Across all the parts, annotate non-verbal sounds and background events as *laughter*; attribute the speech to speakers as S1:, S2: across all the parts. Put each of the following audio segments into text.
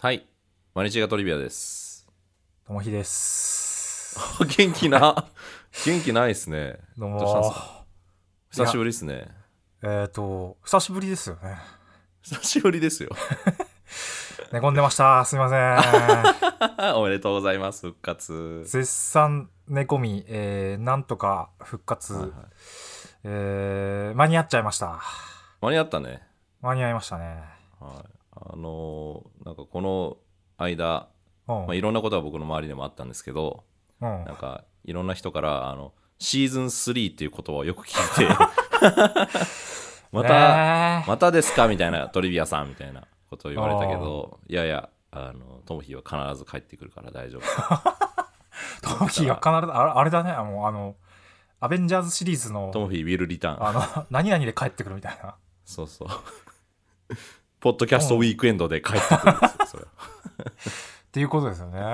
S1: はい。マニチュガトリビアです。
S2: ともひです。
S1: *laughs* 元気な、元気ないですね。
S2: ど
S1: *laughs*
S2: う
S1: どうしたんです
S2: も。
S1: 久しぶりですね。
S2: えっ、と、久しぶりですよね。
S1: 久しぶりですよ。
S2: 寝込んでました。すいま
S1: *laughs*
S2: せ
S1: *laughs*
S2: ん。
S1: おめでとうございます、復活。
S2: 絶賛寝込み、えー、なんとか復活、
S1: はいはい
S2: えー、間に合っちゃいました。
S1: 間に合ったね。
S2: 間に合いましたね。
S1: はい、あのーなんかこの間、
S2: うん。
S1: まあ、いろんなことは僕の周りでもあったんですけど、
S2: うん
S1: なんかいろんな人から、あの、シーズン3っていう言葉をよく聞いて、 *laughs* また、
S2: ねえ
S1: またですかみたいな、トリビアさんみたいなことを言われたけど、いやいや、あの、トモヒーは必ず帰ってくるから大丈夫。
S2: トモヒが必ず、あれあれだね、もうあの、アベンジャーズシリーズの
S1: ト、モフィー、ウィル・リターン。
S2: *laughs* あの、何々で帰ってくるみたいな。
S1: そうそう。ポッドキャストウィークエンドで帰ってくるんですよ、それ
S2: っていうことですよね。
S1: は。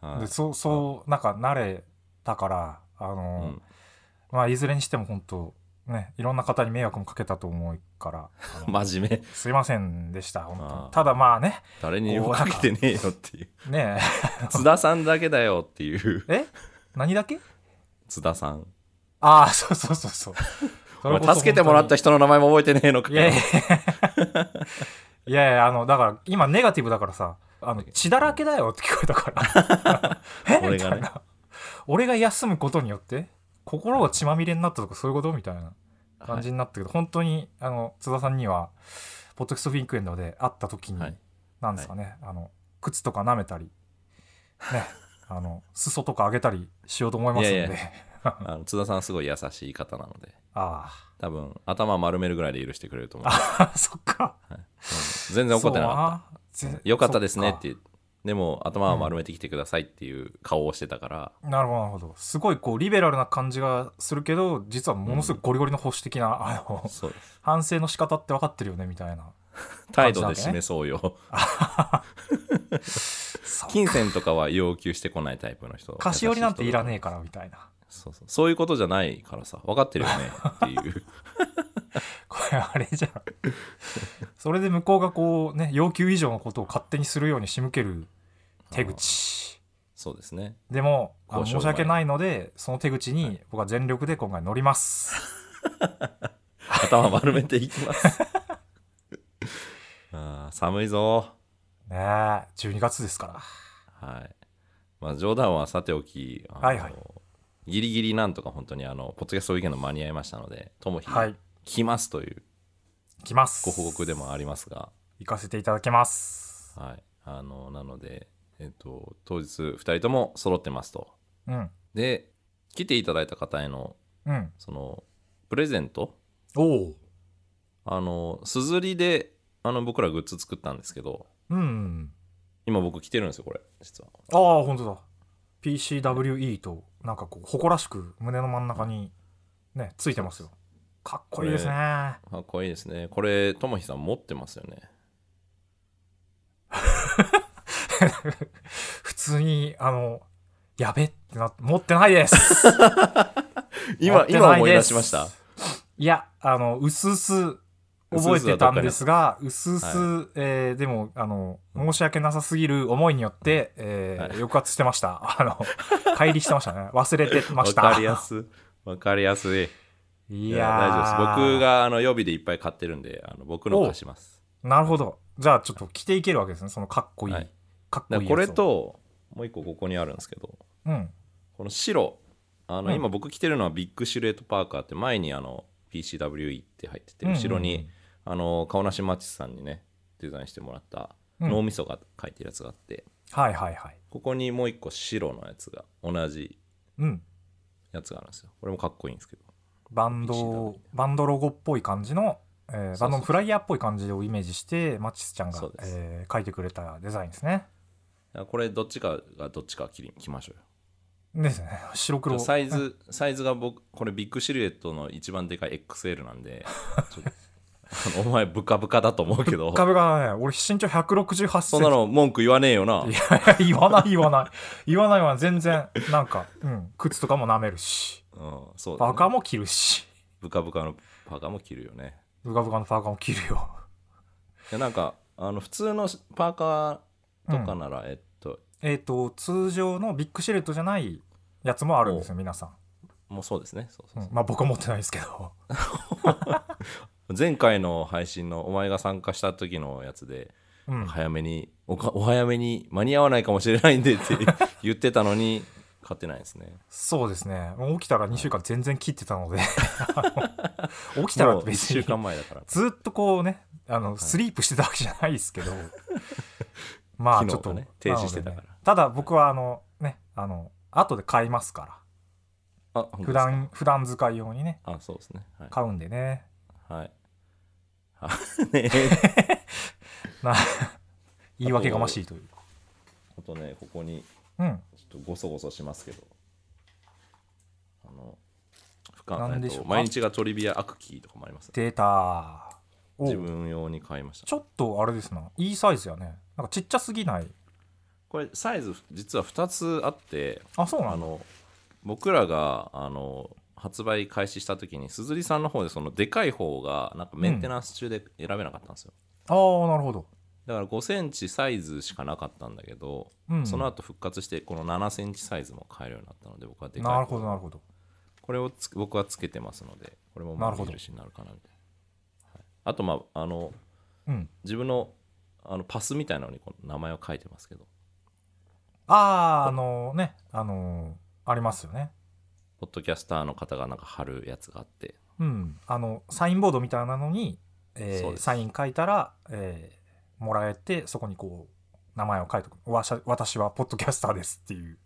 S1: はい
S2: で、そう、そう、なんか慣れたから、あ
S1: う
S2: の、
S1: ん、
S2: まあ、いずれにしても本当、ね、いろんな方に迷惑もかけたと思うから、あの
S1: 真面目。
S2: すいませんでした、本当
S1: あ
S2: に
S1: ー
S2: ただまあね、
S1: 誰にもかけてねえよっていう。
S2: ね
S1: 津田さんだけだよっていう。
S2: え、え何だけ
S1: 津田さん。
S2: ああ、そうそうそうそう。そ
S1: *laughs*
S2: れ
S1: お
S2: こそ
S1: 前助けてもらった人の名前も覚えてねえのか
S2: 本当
S1: よ
S2: にいやいやいやいや、あの、だから、今ネガティブだからさ、あの、血だらけだよって聞こえ
S1: *laughs*
S2: たから。え
S1: 俺
S2: み
S1: が
S2: た
S1: ね
S2: いな。俺が休むことによって、心が血まみれになったとかそういうことみたいな。
S1: は
S2: 感
S1: い
S2: じになったけど、本当にあの津田さんにはポッドキャストウィークエンドで会った時に、
S1: はい
S2: なんですかね、あの靴とか舐めたり、ね、
S1: *laughs*
S2: あの裾とか上げたりしようと思いますので
S1: いやいやあの津田さんすごい優しい方なので、
S2: *laughs* あ
S1: 多分頭丸めるぐらいで許してくれると思う。
S2: あ *laughs* そっか
S1: うん全然怒ってなかっ
S2: そうな
S1: た。よかったですねっ
S2: そ
S1: ていう。でも頭は丸めてきてくださいっていう顔をしてたから、
S2: かなるほどなるほどすごいこうリベラルな感じがするけど実はものすごいゴリゴリの保守的な、あの *laughs*
S1: そうです
S2: 反省の仕方って分かってるよねみたいな
S1: 態度で示そうよ。
S2: そう
S1: 金銭とかは要求してこないタイプの人
S2: *laughs* 菓子折りなんていらねえ
S1: え
S2: からみたいな
S1: そうそうそういうことじゃないからさ分かってるよねっていう
S2: *laughs* これあれじゃんそれで向こうがこうね要求以上のことを勝手にするように仕向ける手口
S1: そうですね
S2: でもあの
S1: 交渉
S2: 申し訳ないのでその手口に僕は全力で今回乗ります *laughs*
S1: 頭丸めていきます *laughs* あー寒いぞ
S2: ねえ12月ですから
S1: はいまあ冗談はさておきあの
S2: はいはい
S1: ギリギリなんとか本当にあのポッドキャストウィークエンド間に合いましたのでともひ
S2: はい
S1: 来ますという
S2: 行きます
S1: ご報告でもありますが、
S2: 行かせていただきます
S1: はい、あのなので、えっと、当日2人とも揃ってますと
S2: うん
S1: で来ていただいた方への
S2: うん
S1: そのプレゼント
S2: おお
S1: あのすずりであの僕らグッズ作ったんですけど
S2: うん
S1: 今僕着てるんですよこれ実は
S2: ああ本当だ PCWE となんかこう誇らしく胸の真ん中にねついてますよかっこいいですね
S1: かっこいいですねこれともひさん持ってますよね
S2: 普通にあのやべってな持ってないです持
S1: *laughs* 今
S2: って
S1: 今
S2: な
S1: 思い出
S2: です
S1: しました
S2: いやあのうすうす覚えてたんですがうすうす、えーでもあの申し訳なさすぎる思いによって、えー
S1: はい
S2: 抑圧してましたあの乖離してまし
S1: *laughs*
S2: たね忘れてま
S1: わ
S2: した
S1: かりやすわかりやすい
S2: い
S1: い
S2: や
S1: や
S2: ー
S1: 大丈夫です僕があの予備でいっぱい買ってるんであの僕の貸します
S2: なるほどじゃあちょっと着ていけるわけですねそのかっこいい、
S1: はい
S2: かっこ
S1: だ
S2: いい
S1: から
S2: やつ
S1: こ
S2: を
S1: れともう一個ここにあるんですけど
S2: うん
S1: この白あの、
S2: うん
S1: 今僕着てるのはビッグシルエットパーカーって前にあの PCWE って入ってて後ろに、あの顔なしマッチさんにねデザインしてもらった
S2: うん
S1: 脳みそが書いてるやつがあって、
S2: はいはいはい
S1: ここにもう一個白のやつが同じ
S2: うん
S1: やつがあるんですよこれもかっこいいんですけど
S2: バンド
S1: PCW
S2: バンドロゴっぽい感じの、えー
S1: そう
S2: バンドのフライヤーっぽい感じをイメージしてマチスちゃんが
S1: そう、です
S2: えー描いてくれたデザインですね。
S1: だからこれどっちかがどっちか切り切りましょうよ
S2: ですね白黒
S1: サイズサイズが僕これビッグシルエットの一番でかい XL なん *laughs* でちょっとあのお前ブカブカだと思うけど
S2: 壁がね俺身長168セ
S1: そ
S2: ン
S1: ん
S2: チ
S1: なの文句言わねえよない
S2: やいや言わない言わない言わないは全然なんか、うん、靴とかも舐めるし
S1: うん、そうだね
S2: パーカーも着るし
S1: ブカブカのパーカーも着るよね
S2: ブカブカのパーカーも着るよ
S1: いやなんかあの普通のパーカとかなら、えっと
S2: えっ、と通常のビッグシルエットじゃないやつもあるんですよ皆さん、
S1: もうそうですねそうそううんそう
S2: まあ僕は持ってないですけど
S1: 前回の配信のお前が参加した時のやつで、
S2: うん
S1: 早めにおかお早めに間に合わないかもしれないんでって言ってたのに買ってないですね
S2: そうですねもう起きたら2週間全然切ってた
S1: *laughs*
S2: のであの起きたら
S1: もう一
S2: 別
S1: 週
S2: に
S1: 間前だから
S2: ずっとこうねあのスリープしてたわけじゃないですけ
S1: *laughs*
S2: ど、まあ
S1: 機
S2: ちょ
S1: 能
S2: っと
S1: がね停止してたから
S2: なのでねただ僕はあのねあの後で買いますか
S1: あ本当です
S2: ら
S1: か
S2: 普段普段使い用にね
S1: あそうですねはい
S2: 買うんでね
S1: はいあね
S2: な言い訳がましいという
S1: あとねここに
S2: うん
S1: ちょっとごそごそしますけどあの不可
S2: なん
S1: え
S2: で
S1: っ
S2: しょう
S1: と
S2: か
S1: 毎日がトリビアアクキーとかもあります、ね、
S2: データを
S1: 自
S2: ち
S1: 分用に買いました
S2: ょっとあれですないいサイズやねなんかちっちゃすぎない
S1: これサイズ実は2つあって
S2: あそう
S1: あ
S2: なの
S1: の僕らがあの発売開始した時にすずりさんの方でそのでかい方がなんかメンテナンス中で選べなかったんですよ、
S2: ああなるほど、
S1: だから5センチサイズしかなかったんだけど、
S2: うん、
S1: その後復活してこの7センチサイズも買えるようになったので僕はでかい方
S2: なるほどなるほど
S1: これをつけ僕はつけてますのでこれもまあ
S2: なるほ
S1: 目
S2: ど
S1: 印になるかなみたいな、はいあとまああの
S2: うん
S1: 自分のあのパスみたいなのにこの名前を書いてますけど
S2: あああのねあのーありますよね
S1: ポッドキャスターの方がなんか貼るやつがあって
S2: うんあのサインボードみたいなのに、えー
S1: そうです
S2: サイン書いたら、えーもらえてそこにこう名前を書いておくわしゃ私はポッドキャスターですっていう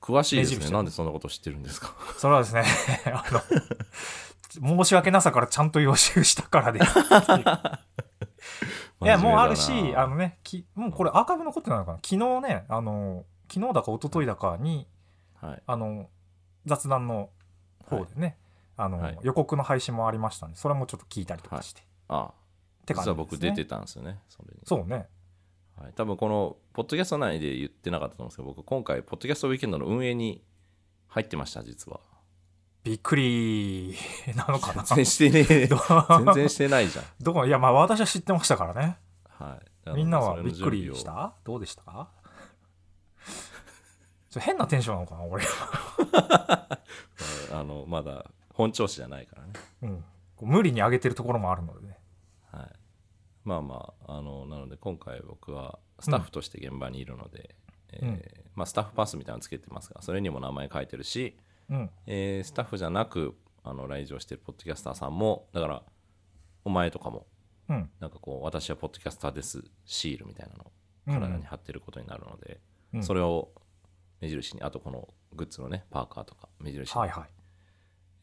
S1: 詳しいです
S2: 目
S1: ね
S2: 印
S1: なんでそんなこと知ってるんですか
S2: それはですね *laughs* あの申し訳なさからちゃんと予習したか
S1: *laughs*
S2: らですっていういや、もうあるし、あのね、きもうこれアーカイブ残ってないのかな昨日ね、あの、昨日だか一昨日だかに、
S1: はい、
S2: あの、雑談の方でね、あの、
S1: はい
S2: 予告の配信もありましたんで、それもちょっと聞いたりとかして。
S1: あ
S2: て感
S1: 実
S2: じ
S1: は
S2: です
S1: 僕
S2: ね
S1: 出てたんですよね、それに。
S2: そうね。
S1: はい、多分この、ポッドキャスト内で言ってなかったと思うんですけど、僕、今回、ポッドキャストウィーケンドの運営に入ってました、実は。
S2: びっくりなのか
S1: *laughs*
S2: な。
S1: 全然してねえ。全
S2: ど
S1: 然してないじゃん。
S2: どこいや、まあ私は知ってましたからね。
S1: はい、
S2: *laughs* みんな
S1: な
S2: は
S1: の
S2: び
S1: で
S2: っ
S1: それの準備
S2: くり
S1: を
S2: したどうでしたかちょ変なテンションなのかな、俺。
S1: はいあの、まだ本調子じゃないからね。
S2: うん。こう無理に上げてるところもあるのでね。
S1: はい、まあまあ、あのなので、今回僕はスタッフとして現場にいるので、
S2: うん
S1: えーまあ、スタッフパスみたいなのつけてますが、それにも名前書いてるし、
S2: うん。
S1: えースタッフじゃなくあの来場してるポッドキャスターさんもだからお前とかも
S2: うん。
S1: なんかこう私はポッドキャスターですシールみたいなのを
S2: うん
S1: 体に貼ってることになるので、
S2: うん
S1: それを目印にあとこのグッズのねパーカーとか目印に、
S2: はいはい。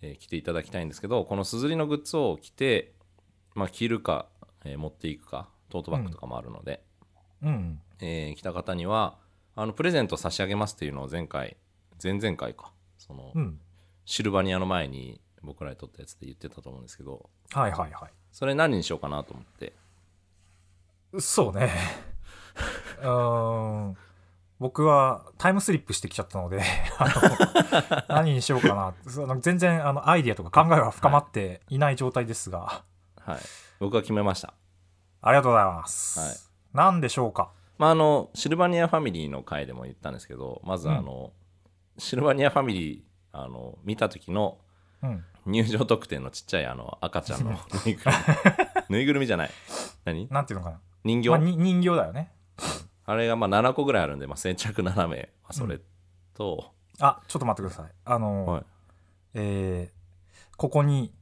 S1: えー着ていただきたいんですけどこのすずりのグッズを着て、まあ、着るか、えー持っていくかトートバッグとかもあるので、
S2: うん。
S1: えー来た方にはあのプレゼント差し上げますっていうのを前回前々回かその、
S2: うん。
S1: シルバニアの前に僕らに撮ったやつで言ってたと思うんですけど
S2: はいはいはい。
S1: それ何にしようかなと思って
S2: そうね。うーん。僕はタイムスリップしてきちゃったので、あの何にしようかな。その全然あのアイディアとか考えは深まっていない状態ですが、
S1: はい僕は決めました、
S2: ありがとうございます。
S1: はい
S2: 何でしょうか
S1: まあ、あのシルバニアファミリーの回でも言ったんですけどまずあの、シルバニアファミリーあの見た時の
S2: うん。
S1: 入場特典のちっちゃいあの赤ちゃん
S2: *laughs*
S1: のぬいぐるみぬいぐるみじゃない何
S2: なんていうのかな。
S1: 人形、
S2: まあ、に人形だよね。
S1: あれがまあ7個ぐらいあるんで、まあ、先着7名、まあそれと、
S2: あ、ちょっと待ってください。あの、
S1: はい
S2: えーここに、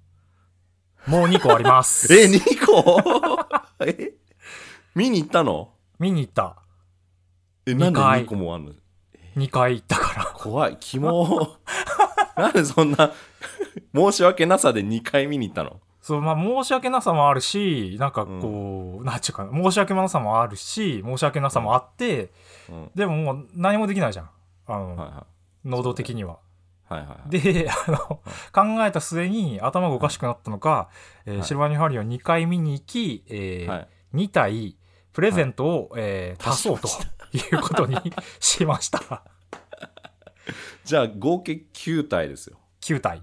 S2: もう2個ありま
S1: *laughs*
S2: す。
S1: え2個 *laughs* え見に行ったの
S2: 見に行った。
S1: えなんで
S2: 二階
S1: 2個もあるの
S2: 2回行ったから。
S1: 怖い、キモ。 *laughs* なんでそんな、申し訳なさで2回見に行ったの
S2: そう、まあ、申し訳なさもあるし、なんかこう、なんちゅうかな、申し訳なさもあるし、申し訳なさもあって、
S1: うん。
S2: でももう何もできないじゃん。あ
S1: は
S2: の、
S1: いは
S2: 能動的には。
S1: い。はいはいはい。
S2: で、あの、考えた末に頭がおかしくなったのか、えー
S1: はい
S2: シルバニアファミリーを2回見に行き、えー
S1: はい、
S2: 2体、プレゼントを、えー足そうということ
S1: *laughs*
S2: にしました。
S1: じゃあ、合計9体ですよ。
S2: 9体。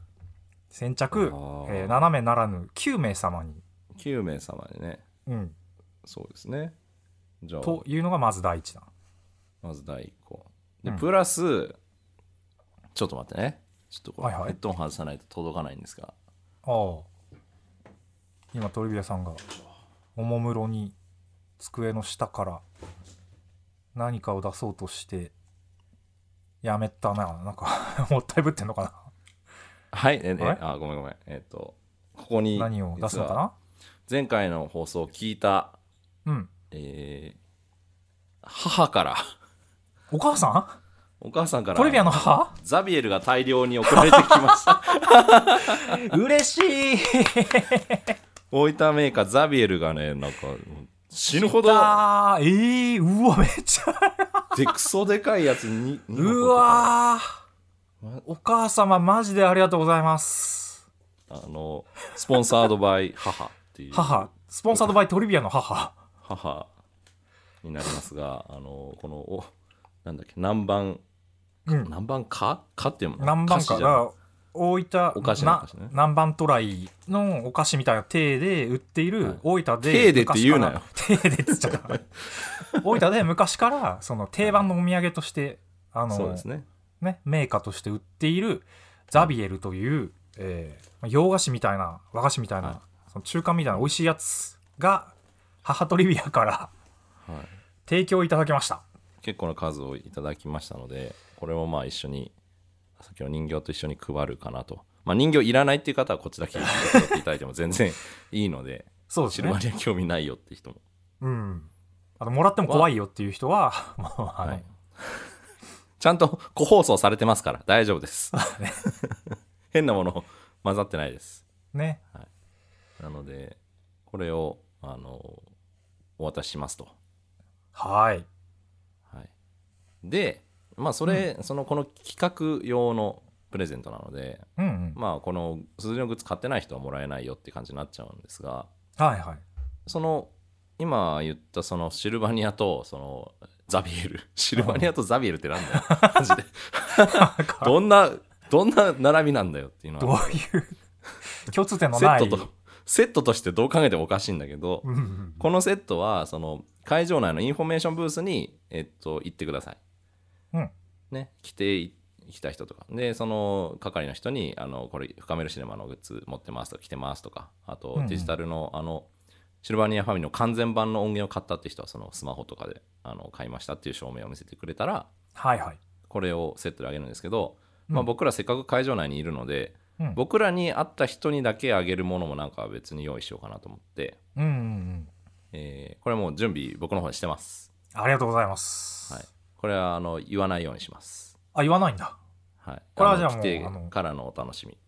S2: 先着、えー
S1: あー
S2: 7名ならぬ9名様に。
S1: 9名様でね。
S2: うん。
S1: そうですね。じゃあ、
S2: というのがまず第一弾。
S1: まず第一個。で、
S2: うん
S1: プラス、ちょっと待ってね。ちょっとこれ、
S2: はいはい
S1: ヘッドホン外さないと届かないんですが。
S2: ああ今トリビアさんがおもむろに机の下から何かを出そうとしてやめたななんか *laughs* もったいぶってんのかな
S1: はい、え、え
S2: あれ
S1: あ、ごめんごめん。えっ、と、ここに、
S2: 何を出すの
S1: 実は
S2: か
S1: 前回の放送を聞いた、
S2: なうん
S1: えー母から、
S2: お母さ
S1: お母さんか
S2: ん
S1: ら、
S2: トリビアの母
S1: ザビエルが大量に送られてきま
S2: *laughs*
S1: した。
S2: 嬉しい
S1: 大分メーカー、ザビエルがね、なんか、死ぬほど、
S2: あーえー、うわめっちゃ
S1: でクソでかいやつに、に
S2: うわー
S1: ま
S2: お母様マジでありがとうございます
S1: あの、スポンサードバイ母っていう。
S2: 母スポンサードバイトリビアの母
S1: 母になりますが、あの、この、お、なんだっけ、南蛮、
S2: うん
S1: 南蛮かかっていうの
S2: 南蛮
S1: 菓
S2: か
S1: 子
S2: だ
S1: じ
S2: か
S1: ゃん
S2: ら大分
S1: お菓子の
S2: な
S1: 話ね
S2: 南蛮トライのお菓子みたいな体で売ってい
S1: はい
S2: る大分で
S1: 体でって言うなよ
S2: 昔から体でっつっちゃった大分で昔からその定番のお土産としてあ
S1: そう
S2: の
S1: ですね。
S2: ねメーカーとして売っているザビエルというえーまあ洋菓子みたいな和菓子みたい
S1: はい
S2: なその中間みたいな美味しいやつが母トリビアから
S1: はい
S2: 提供いただきました
S1: 結構な数をいただきましたので、これもまあ一緒に、さっきの人形と一緒に配るかなと。まあ人形いらないっていう方はこっちだけやっていただいても全然いいので、
S2: そうです
S1: シ
S2: ね
S1: ルバニア興味ないよって人も。
S2: うんあともらっても怖いよっていう人はもうあ
S1: は
S2: の
S1: い。 *laughs* ちゃんと個包装されてますから大丈夫です。 *laughs* 変なもの混ざってないです。
S2: ね
S1: なので、これを、あの、お渡ししますと。
S2: はい
S1: はい、で、まあ、それ、その、この企画用のプレゼントなので、
S2: うんうん
S1: まあ、この、鈴のグッズ買ってない人はもらえないよって感じになっちゃうんですが、
S2: はいはい。
S1: その、今言ったそのシルバニアとそのザビエルシルバニアとザビエルってなんだよマジで *laughs* どんなどんな並びなんだよっていうの
S2: どう
S1: は
S2: いう共通点の
S1: セ
S2: ない。
S1: ットとセットとしてどう考えてもおかしいんだけど、
S2: うんうん
S1: このセットはその会場内のインフォメーションブースに、えっと、行ってください。
S2: うん
S1: ね、来てい来た人とかでその係の人にあの「これ深めるシネマのグッズ持ってます」とか「来てます」とかあ
S2: う
S1: と
S2: んうん
S1: デジタルの,、あのシルバニアファミリーの完全版の音源を買ったって人はそのスマホとかであの買いましたっていう証明を見せてくれたら
S2: はいはい。
S1: これをセットであげるんですけど、
S2: うん
S1: まあ、僕らせっかく会場内にいるので、
S2: うん
S1: 僕らに会った人にだけあげるものもなんか別に用意しようかなと思って。
S2: うんうんうん。
S1: えーこれもう準備僕の方でしてます。
S2: ありがとうございます。
S1: はい、これはあの言わないようにします。
S2: あ、言わないんだ。
S1: はい、
S2: これはじゃあ
S1: の
S2: もうあ
S1: 来て
S2: の
S1: からのお楽しみ。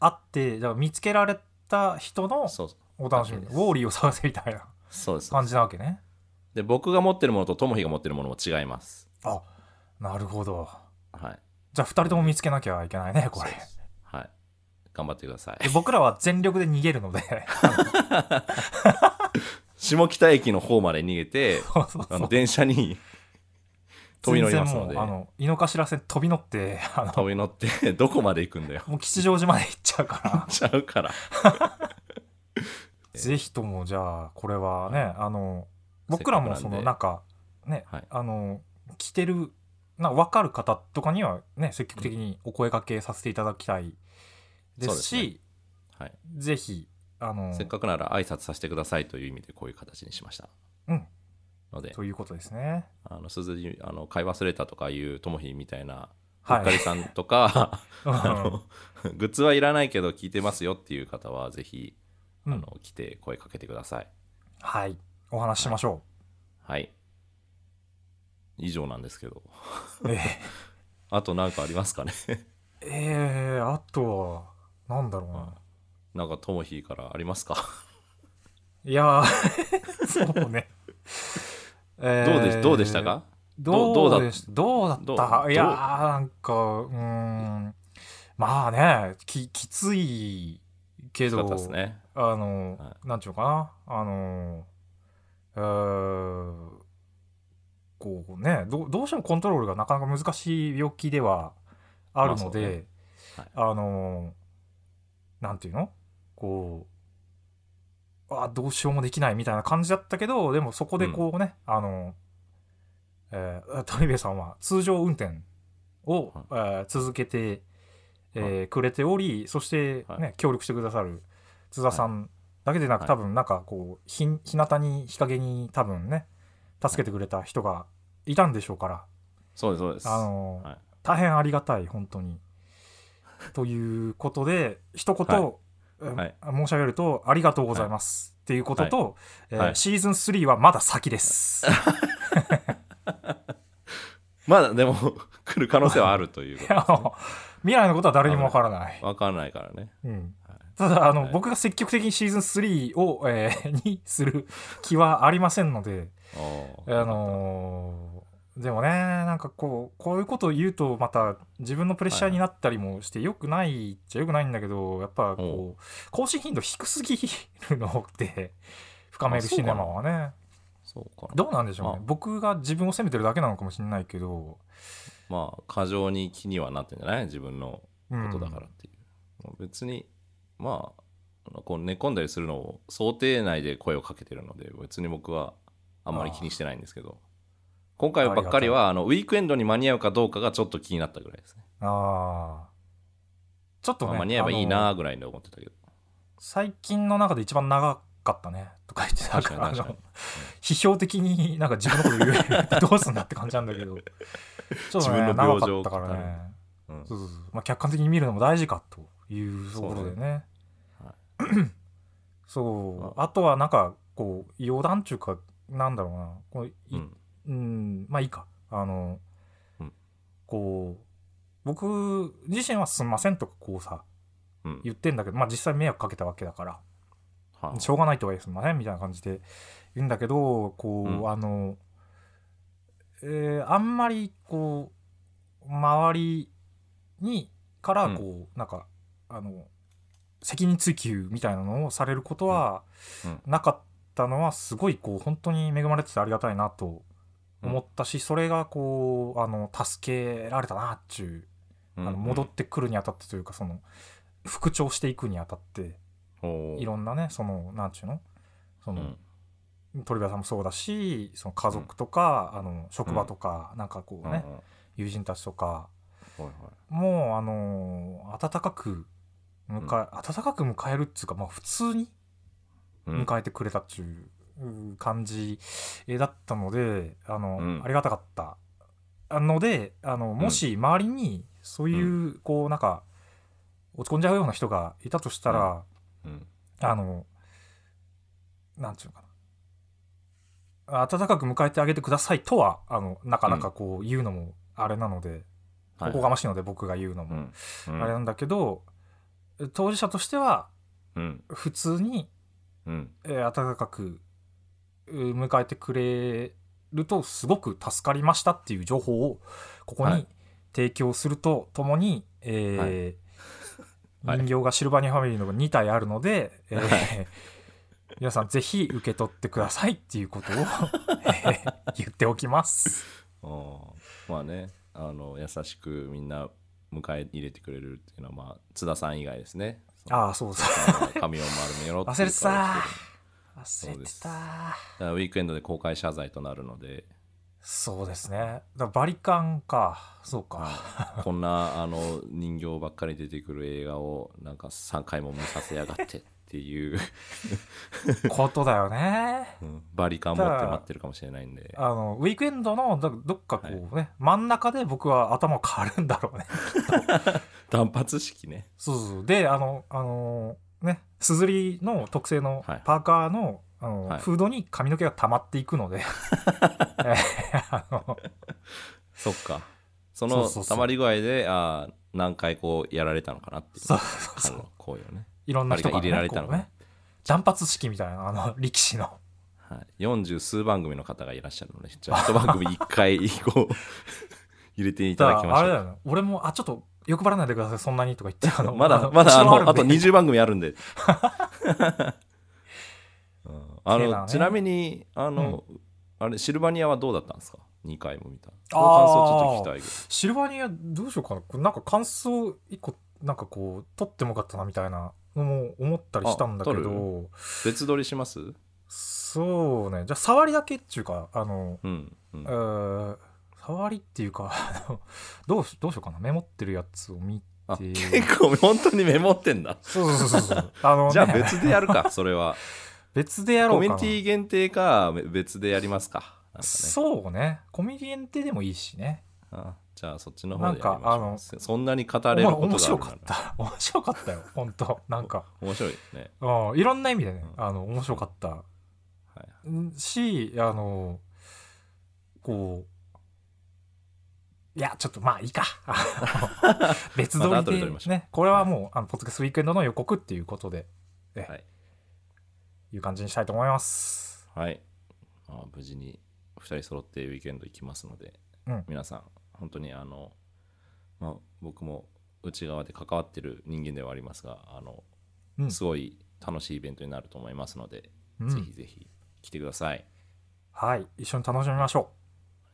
S2: 会って、じゃあ見つけられた人の
S1: そう
S2: お楽しみ。
S1: だ
S2: ウ
S1: け
S2: ォ
S1: です
S2: ーリーを探せみたいな
S1: そうです。
S2: 感じなわけね。
S1: で僕が持ってるものとトモヒが持ってるものも違います。
S2: あ、なるほど。
S1: はい。
S2: じゃあ2人とも見つけなきゃいけないね、これ
S1: そう。ですはい。頑張ってください *laughs*
S2: で。僕らは全力で逃げるので。
S1: 下北駅の方まで逃げて、
S2: そうそう
S1: あ
S2: そ
S1: の
S2: う。
S1: 電車に飛び乗りますの
S2: 全然
S1: で
S2: もう、あの、井の頭線飛び乗って、あの、
S1: 飛び乗ってどこまで行くんだよ。 *laughs*
S2: もう吉祥寺まで行っちゃうから。
S1: ちゃうから。えー
S2: ぜひともじゃあこれはね、あの僕らも
S1: せ
S2: そ
S1: っかくなん
S2: の
S1: で
S2: なんかね、
S1: はい
S2: あの着てるなんか分かる方とかにはね積極的にお声掛けさせていただきたいです
S1: そうで
S2: し、
S1: はい。
S2: ぜひあの
S1: せっかくなら挨拶させてくださいという意味でこういう形にしました。
S2: うん
S1: ので、
S2: ということですね。
S1: あの鈴木あの買い忘れたとかいうともひみたいなう
S2: はい
S1: っかりさんと
S2: *laughs*
S1: か、
S2: う
S1: *laughs*
S2: ん
S1: あのグッズはいらないけど聞いてますよっていう方はぜひ、
S2: うん
S1: あの来て声かけてください
S2: はいお話ししましょ
S1: はい以上なんですけど *laughs*
S2: う。え
S1: あと何かありますかね *laughs*
S2: ー、えーあとはなんだろうな。
S1: なんかともひからありますか、
S2: いやー *laughs* そうね。えー
S1: どうでどうでしたかど
S2: ど
S1: う
S2: う
S1: どうだ
S2: でしたどうだった
S1: どう
S2: いやーなんかうーんまあねききついけ
S1: きつか
S2: ど
S1: ったですね
S2: あの、
S1: は
S2: なんちゅうのかなあのえーこうねどうどうしてもコントロールがなかなか難しい病気ではあるので、
S1: まあそうねはい
S2: あのなんていうのこうあどうしようもできないみたいな感じだったけどでもそこでこうね、あのえー、鳥部さんは通常運転
S1: は
S2: を、
S1: い
S2: えー続けて、えーくれておりそして、ね
S1: はい
S2: 協力してくださる津田さんだけでなく、
S1: はい
S2: 多分なんかこうひ日向に日陰に多分ね助けてくれた人がいたんでしょうから、
S1: そうですそうです
S2: あのー
S1: はい
S2: 大変ありがたい本
S1: *laughs*
S2: 当に。ということで一言、
S1: はい
S2: えー
S1: はい
S2: 申し上げると「ありがとうございます」っていうことと、えー
S1: はい
S2: シーズン3はまだ
S1: *laughs*
S2: 先です。
S1: まだでも *laughs* 来る可能性はあるというこ
S2: いやもう未来のことは誰にもわからない。
S1: と分かんないからね
S2: うん
S1: はい
S2: ただあの、
S1: はい
S2: 僕が積極的にシーズン3を、えーにする気はありませんので、
S1: お
S2: あ
S1: ー
S2: のーでもねなんかこうこういうことを言うとまた自分のプレッシャーになったりもしてよくないっちゃよくないんだけどやっぱこう更新頻度低すぎるので *laughs* 深めるシネマはね
S1: そうかな
S2: どうなんでしょうね
S1: あ
S2: 僕が自分を責めてるだけなのかもしれないけど、
S1: まあ過剰に気にはなってんじゃない自分の
S2: うん
S1: ことだからっていう、別にまあこう寝込んだりするのを想定内で声をかけてるので別に僕はあんまり気にしてないんですけど今回ばっかりはあのウィークエンドに間に合うかどうかがちょっと気になったぐらいですね
S2: あーちょっと
S1: まあ間
S2: ね
S1: に合えばいい
S2: あの
S1: なぐらいに思ってたけど
S2: 最近の中で一番長かったねとか言ってた
S1: 確
S2: か
S1: から
S2: あ
S1: に確か
S2: の
S1: に
S2: 批評的に *laughs* なんか自分のこと言えるどう *laughs* すんだって感じなんだけどちょっと
S1: 自
S2: ね
S1: 分の
S2: 長
S1: 病
S2: かっ
S1: 状
S2: たからね
S1: うん
S2: そうそうそう、まあ、客観的に見るのも大事かというところでね *clears throat* そう,、
S1: は
S2: あとはなんかこう余談っていうかなんだろうなこうい
S1: うん
S2: うんまあいいかあの、
S1: うん
S2: こう僕自身はすんませんとかこうさ
S1: うん
S2: 言ってんだけど、まあ、実際迷惑かけたわけだから
S1: はい
S2: しょうがないとはいえすんませんみたいな感じで言うんだけどこう、
S1: うん
S2: あの、えーあんまりこう周りにからこう、なんかあの責任追及みたいなのをされることは
S1: うんうん
S2: なかったのはすごいこう本当に恵まれててありがたいなと思ったし、それがこうあの助けられたなっちゅう
S1: う
S2: あ
S1: ん
S2: の戻ってくるにあたってというかその復調していくにあたって。
S1: おー
S2: いろんなねそのなんちゅうのその、
S1: うん
S2: 鳥羽さんもそうだしその家族とか、あの職場とか、なんかこう
S1: うんうん
S2: ね、
S1: は
S2: 友人たちとか
S1: いはい
S2: もうあのー温かく迎え、温かく迎えるっていうか、まあ、普通に
S1: うん
S2: 迎えてくれたっていううん感じえだったのであの、
S1: うん
S2: ありがたかったあのであのもし周りにそういう、こうなんか落ち込んじゃうような人がいたとしたら、
S1: うん
S2: あの、なんていうのかな。温かく迎えてあげてくださいとは、あの、なかなかこう言うのもあれなので、
S1: はい
S2: おこがましいので僕が言うの
S1: う
S2: も
S1: んうん
S2: あれなんだけど、当事者としては
S1: うん
S2: 普通に、
S1: うん
S2: えー温かくえー迎えてくれるとすごく助かりましたっていう情報をここ
S1: は
S2: に
S1: い
S2: 提供するとともに、えー
S1: はい
S2: 人形がシルバニアファミリーの2体あるので、えー皆さんぜひ受け取ってくださいっていう
S1: *laughs*
S2: ことを、えー言っておきます。
S1: ああまあねあの優しくみんな迎え入れてくれるっていうのは、まあ、津田さん以外ですね
S2: ああそうそう
S1: あの髪を丸めろっていう顔をして
S2: 忘
S1: る
S2: れてた
S1: そう
S2: 忘れ
S1: で
S2: て
S1: す
S2: た
S1: だからウィークエンドで公開謝罪となるので
S2: そうですねだからバリカンかそうか。
S1: *laughs* こんなあの人形ばっかり出てくる映画をなんか3回も見させやがってっていう、
S2: ことだよね。
S1: うんバリカン持って待ってるかもしれないんで
S2: あのウィークエンドのどどっかこうね、真ん中で僕は頭変わるんだろうね。 *laughs*
S1: 断髪式ね
S2: そうそうそうであのあのねすずりの特製の
S1: はい
S2: パーカーの,、あの
S1: はい
S2: フードに髪の毛が溜まっていく
S1: *laughs*
S2: ので、えーあの
S1: そっかそ
S2: そう
S1: の
S2: そうそ
S1: た
S2: う
S1: まり具合でああ何回こうやられたのかなっていう
S2: そうそうそう
S1: あの行為をね、
S2: いろんな人
S1: あ
S2: が、ね、
S1: れが入れられたの
S2: こうね断髪式みたいなあの *laughs* 力士の
S1: はい、40数番組の方がいらっしゃるのでじゃあ1番組1回
S2: *laughs*
S1: こう入れていただきまし
S2: あ
S1: ょ
S2: れ
S1: う
S2: だよ、ね、俺もあちょっと欲張らないでくださいそんなにとか言ってあ
S1: *laughs*
S2: の
S1: ま
S2: あ
S1: だ
S2: の
S1: まだあ
S2: 後ろ
S1: のあ
S2: る
S1: と
S2: んで
S1: 20番組あるん
S2: *laughs*
S1: で。うんあ
S2: 綺麗だ
S1: の
S2: ね
S1: ちなみにあの、あれシルバニアはどうだったんですか2回も見た。
S2: あ
S1: こ
S2: ー
S1: の感想ちょっと聞きたい
S2: シルバニアどうしようかなこれなんか感想一個なんかこう撮ってもよかったなみたいなのも思ったりしたんだけ
S1: あ撮
S2: ど
S1: 別撮りします
S2: そうねじゃあ触りだけっていうかあの、
S1: うん、うん
S2: え。ー触りっていうかあのどうしどうしようかなメモってるやつを見 *laughs*
S1: あ
S2: て
S1: 結構本当にメモってんだ。
S2: そうそうそうそうあの、ね、
S1: じゃあ別でやるか、それは。
S2: 別でやろ
S1: コ
S2: うか
S1: ミュ
S2: な
S1: ニティ限定か、べ別でやりますか。なんかね、
S2: そうねコミュニティ限定でもいいしね
S1: あじゃあそっちの方でやり
S2: なんかあ
S1: ま
S2: の
S1: しょう。そんなに語
S2: お
S1: れ
S2: 前
S1: ることがあるなら
S2: 面白かっ。た面白かったよ本当なんか
S1: 面白いね。
S2: うんいろんな意味でね
S1: うん
S2: あの面白かった
S1: はい、
S2: んしあのこういやちょっとまあいいか
S1: *laughs*
S2: あの別撮
S1: また後で
S2: り
S1: 撮
S2: で
S1: りましょう
S2: ねこれはもうあのポッドキャストウィークエンドの予告っていうことでえ
S1: はい
S2: いう感じにしたいと思います
S1: はい。まあ、無事に2人揃ってウィークエンド行きますので、
S2: うん
S1: 皆さん、本当にあの、まあ、僕も内側で関わってる人間ではありますが、あの、
S2: うん
S1: すごい楽しいイベントになると思いますので、
S2: うん
S1: ぜひぜひ来てください。
S2: はい一緒に楽しみましょ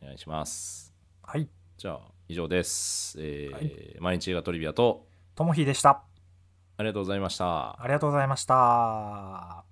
S1: お願いします。
S2: うはい
S1: じゃあ、以上です。えー
S2: は
S1: 毎日映画トリビアと、
S2: ともひでした
S1: ありがとうございました。
S2: ありがとうございました